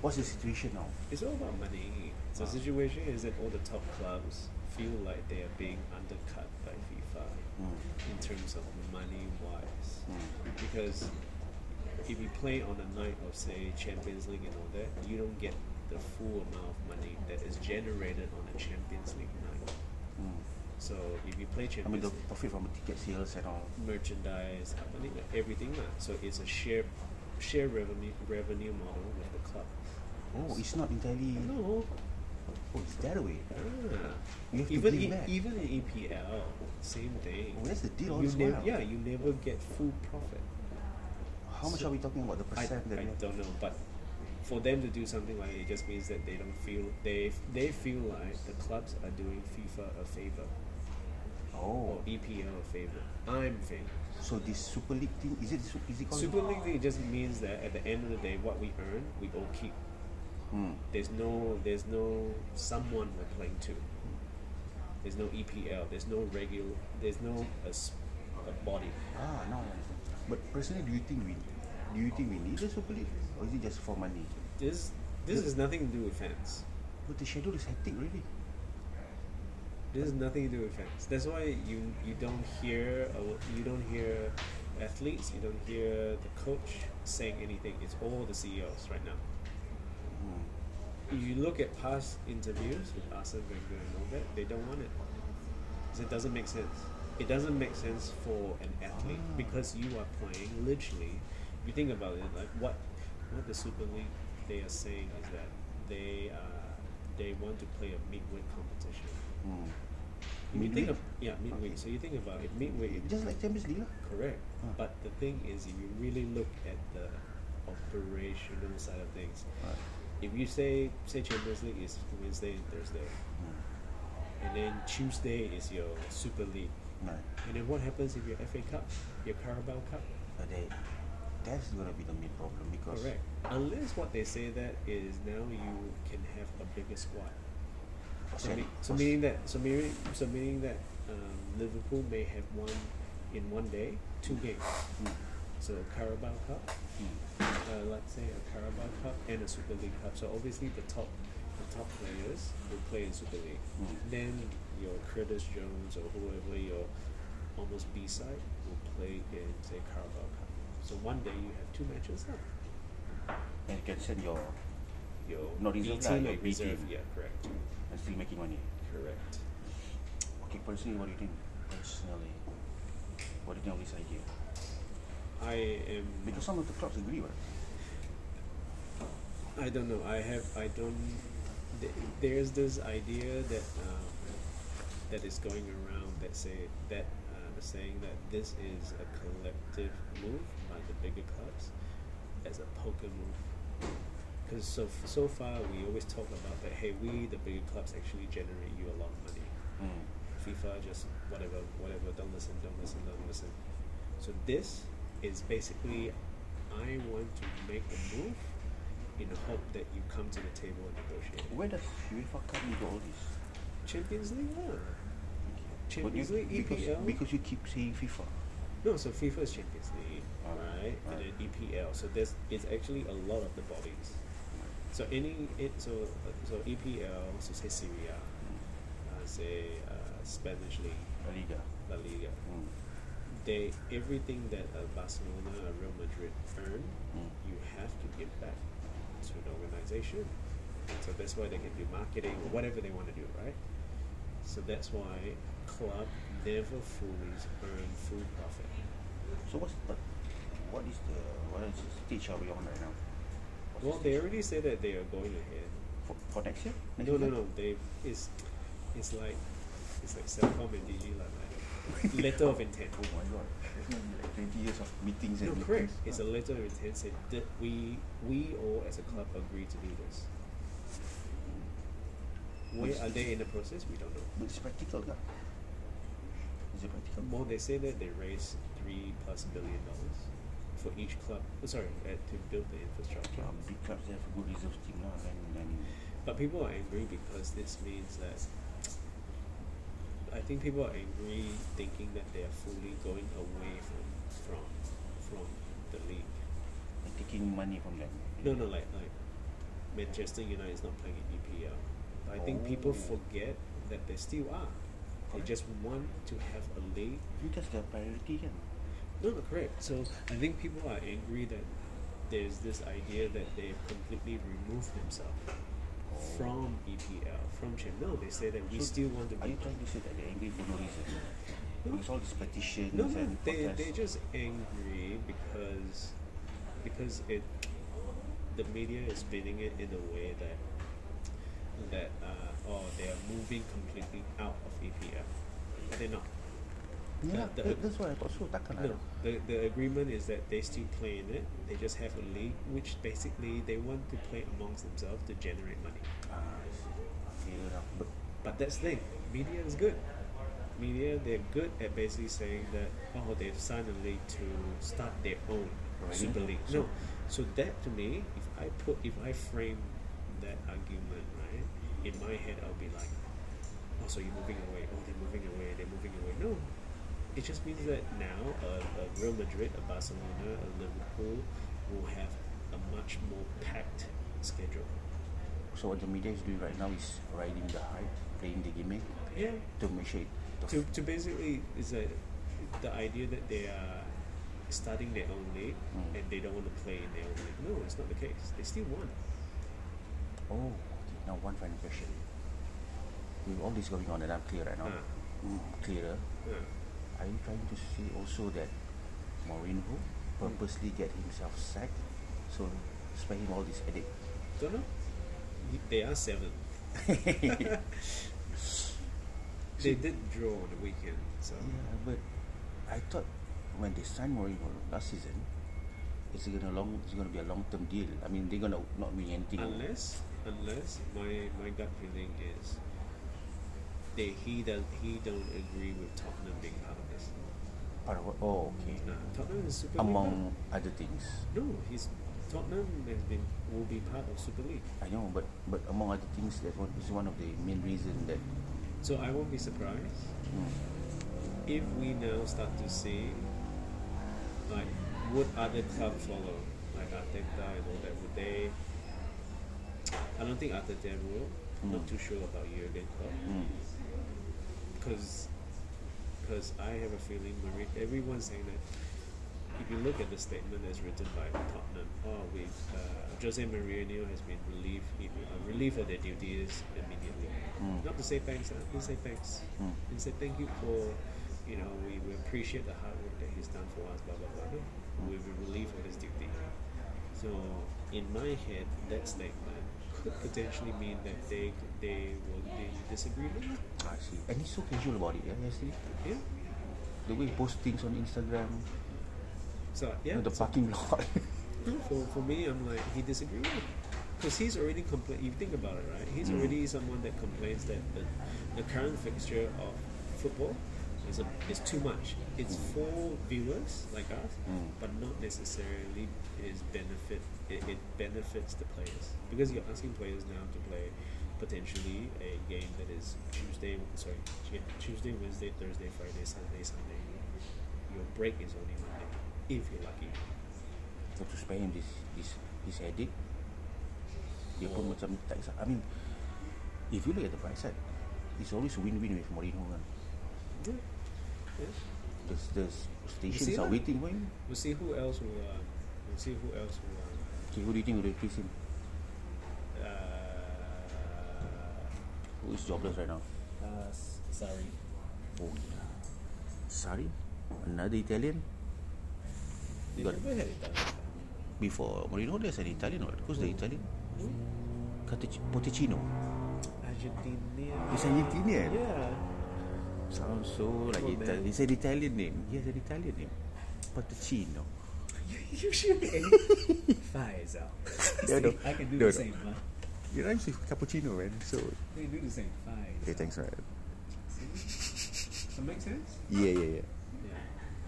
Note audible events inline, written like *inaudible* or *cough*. What's the situation now? It's all about money. So the situation is that all the top clubs feel like they are being undercut by FIFA Hmm, in terms of money wise. Because if you play on a night of say Champions League and all that, you don't get the full amount of money that is generated on a Champions League night. So if you play Champions hmm. I mean, the League profit from ticket sales and all. merchandise, I mean, everything. lah. So it's a share share revenue revenue model with the club. Oh, it's not entirely. No, Oh, it's that way. ah. You have to even give in- back. even in EPL, same thing. Oh, that's the deal all you this nev- while. yeah, you never get full profit. How much So- are we talking about the I, percent that I we have? don't know, but for them to do something like it just means that they don't feel they they feel like the clubs are doing FIFA a favor or Oh, EPL a favor. I'm favor. so this Super League thing is it? su- Is it called? Super League League just means that at the end of the day, what we earn, we all keep. Hmm. There's no, there's no someone we're playing to. There's no EPL. There's no regular. There's no a, s- a body. Ah, now I understand. But personally, do you think we, do you think we need the Super League, or is it just for money? This, this has nothing to do with fans. But the schedule is hectic, really. This has nothing to do with fans. That's why you you don't hear a- you don't hear athletes. You don't hear the coach saying anything. It's all the CEOs right now. Hmm. you look at past interviews with Arsene Wenger and all that, they don't want it. 'Cause it doesn't make sense. It doesn't make sense for an athlete Ah. because you are playing literally. If you think about it, like what what the Super League they are saying is that they uh, they want to play a midweek competition. Hmm. If you think Midweek? of yeah midweek. Okay. So you think uh, about it midweek. Just like Champions League, lah. Correct. Ah. But the thing is, if you really look at the operational side of things, Right. if you say say Champions League is Wednesday and Thursday, Hmm. and then Tuesday is your Super League, Right. and then what happens if your FA Cup, your Carabao Cup? But they, that's gonna be the main problem because Correct. Unless what they say that is now you can have a bigger squad. So, Sorry. me- so meaning that so meaning so meaning that um, Liverpool may have won in one day two games. Hmm. So Carabao Cup, Hmm. uh, let's say a Carabao Cup and a Super League Cup. So obviously the top the top players will play in Super League. Mm. Then your Curtis Jones or whoever your almost B side will play in say Carabao Cup. So one day you have two matches now. and you can send your Your Not B reserve lah, team your and B reserve, team. yeah, correct, and still making money. correct. Okay, personally, what do you think? Personally, what do you think of this idea? I am. Because some of the clubs agree, right? I don't know. I have. I don't. th- There's this idea that um, that is going around that say that uh, the saying that this is a collective move by the bigger clubs as a poker move. Because so f- so far we always talk about that. Hey, we the bigger clubs actually generate you a lot of money. Mm. FIFA just whatever, whatever. Don't listen. Don't listen. Don't listen. So this is basically, I want to make a move in the hope that you come to the table and negotiate. Where does UEFA come into all this? Champions League, yeah. But you- Champions League, E because, EPL. because you keep saying FIFA. No, so FIFA is Champions League, Ah, right? right. And then EPL. So there's it's actually a lot of the bodies. Hmm. So any it so so EPL. So say Syria, uh, say uh, Spanish league, La Liga. La Liga. Mm. they everything that uh, Barcelona or Real Madrid earn, Mm. you have to give back to an organization. So that's why they can do marketing or whatever they want to do, right? So that's why club never fully earn full profit. So what's the, what is the what is the stage are we on right now? What's the Well, stage? they already say that they are going ahead. for, for next year? Next No, no, year? no. They it's it's like it's like Celcom and DG like, like letter of intent. *laughs* Oh my god! It's gonna be like twenty years of meetings and No, meetings. Hmm. correct. It's a letter of intent saying that we we all as a club agree to do this. Where are they in the process? We don't know. But it's practical, lah. Is it practical? More they say that they raise three plus billion dollars for each club. oh, Sorry, uh, to build the infrastructure. Uh, big clubs they have a good reserve team now, and, and But people are angry because this means that I think people are angry thinking that they are fully going away from from from the league. and taking money from them. No, no, like like Manchester United is not playing in EPL. I think people Oh. forget that they still are. They Correct. just want to have a league You just got priority kan no, no, correct. So I think people are angry that there's this idea that they've completely removed themselves from EPL, from Champ. No, they say that we So, still want to Are be. you trying to say that they're angry for no reason? It's all these petitions No, no, and they protests. they're just angry because because it the media is spinning it in a way that that uh, oh they are moving completely out of E EPL. They're not. yeah, the- that- that's what I thought so. Takkan No, lah. the, the agreement is that they still play in it. They just have a league, which basically they want to play amongst themselves to generate money. Ah, I see. Okay, lah. But But that's the thing. Media is good. Media, they're good at basically saying that oh, they've signed a league to start their own Right. super league. So- No, so that to me, if I put, if I frame that argument right in my head, I'll be like, oh, so you're moving away. Oh, they're moving away. They're moving away. No, it just means that now a, a Real Madrid, a Barcelona, a Liverpool will have a much more packed schedule. so what the media is doing right now is riding the hype, playing the gimmick Yeah. to make sure it. The to, to basically is that the idea that they are starting their own league Mm. and they don't want to play in their own league. No, it's not the case. They still won. oh, okay. now one final question. With all this going on, and I'm clear right now, Ah. mm, clearer. Yeah. Are you trying to say also that Mourinho purposely get himself sacked, so spare him all this headache? *laughs* Don't know. Y- They are seventh. They did draw on the weekend, so Yeah, but I thought when they signed Mourinho last season, it's gonna long. It's gonna be a long-term deal. I mean, they're gonna not win anything. unless unless my my gut feeling is they he does he don't agree with Tottenham being part of this. But what- oh, okay. Nah, Tottenham is super League now. Among other things, No, he's Tottenham has been will be part of Super League. I know. But but among other things, that one is one of the main reason that. So I won't be surprised Mm, if we now start to see, like, would other club follow? Like Arteta and all that, would they? I don't think Arteta will. Not Mm. too sure about Jurgen Klopp mm, because because I have a feeling Marie, everyone's saying that if you look at the statement that's written by Tottenham, oh, we uh, Jose Mourinho has been relieved he, uh, relieved of their duties immediately. Mm. Not to say thanks, uh, didn't say thanks, Mm. didn't say thank you for, you know, we, we appreciate the hard work that he's done for us, blah blah blah. No, we were relieved of his duty. So in my head, that statement could potentially mean that they they will be in disagreement. I see. And he's so casual about it. Yeah, yesterday. Yeah. The way he posts things on Instagram, So yeah. Hmm, you know, the parking lot. *laughs* for, for me, I'm like he disagreed because he's already complain. You think about it, right? He's Mm. already someone that complains that the, the current fixture of football is a, is too much. It's for viewers like us, Mm. but not necessarily is benefit. It, it benefits the players because you're asking players now to play potentially a game that is Tuesday, sorry, Tu- Tuesday, Wednesday, Thursday, Friday, Sunday, Sunday. Your break is only Monday if you're lucky. So to spare him this this his headache Dia pun macam tak kisah I mean If you look at the bright side It's always a win-win with Mourinho kan Yeah. Yeah. The, the stations see are lah. waiting for him We'll see who else will. Uh, we'll see who else will. Okay, who do you think will replace him? Uh, uh, Who is jobless right now? Uh, s- sorry. Oh Sari? Another Italian? they Got- never had it done. Before Mourinho there's an Italian what? Who's the Italian? Catic- Poticino Argentina. He's an Italian Yeah. *laughs* Sounds so like Oh, Italian man. He's an Italian name He has an Italian name Poticino You, you should be. Faisal. No, no. I can do No, the no. same, man. It rhymes with cappuccino man So They do the same. Faisal. Okay thanks man See? Does that make sense? Yeah, yeah, yeah.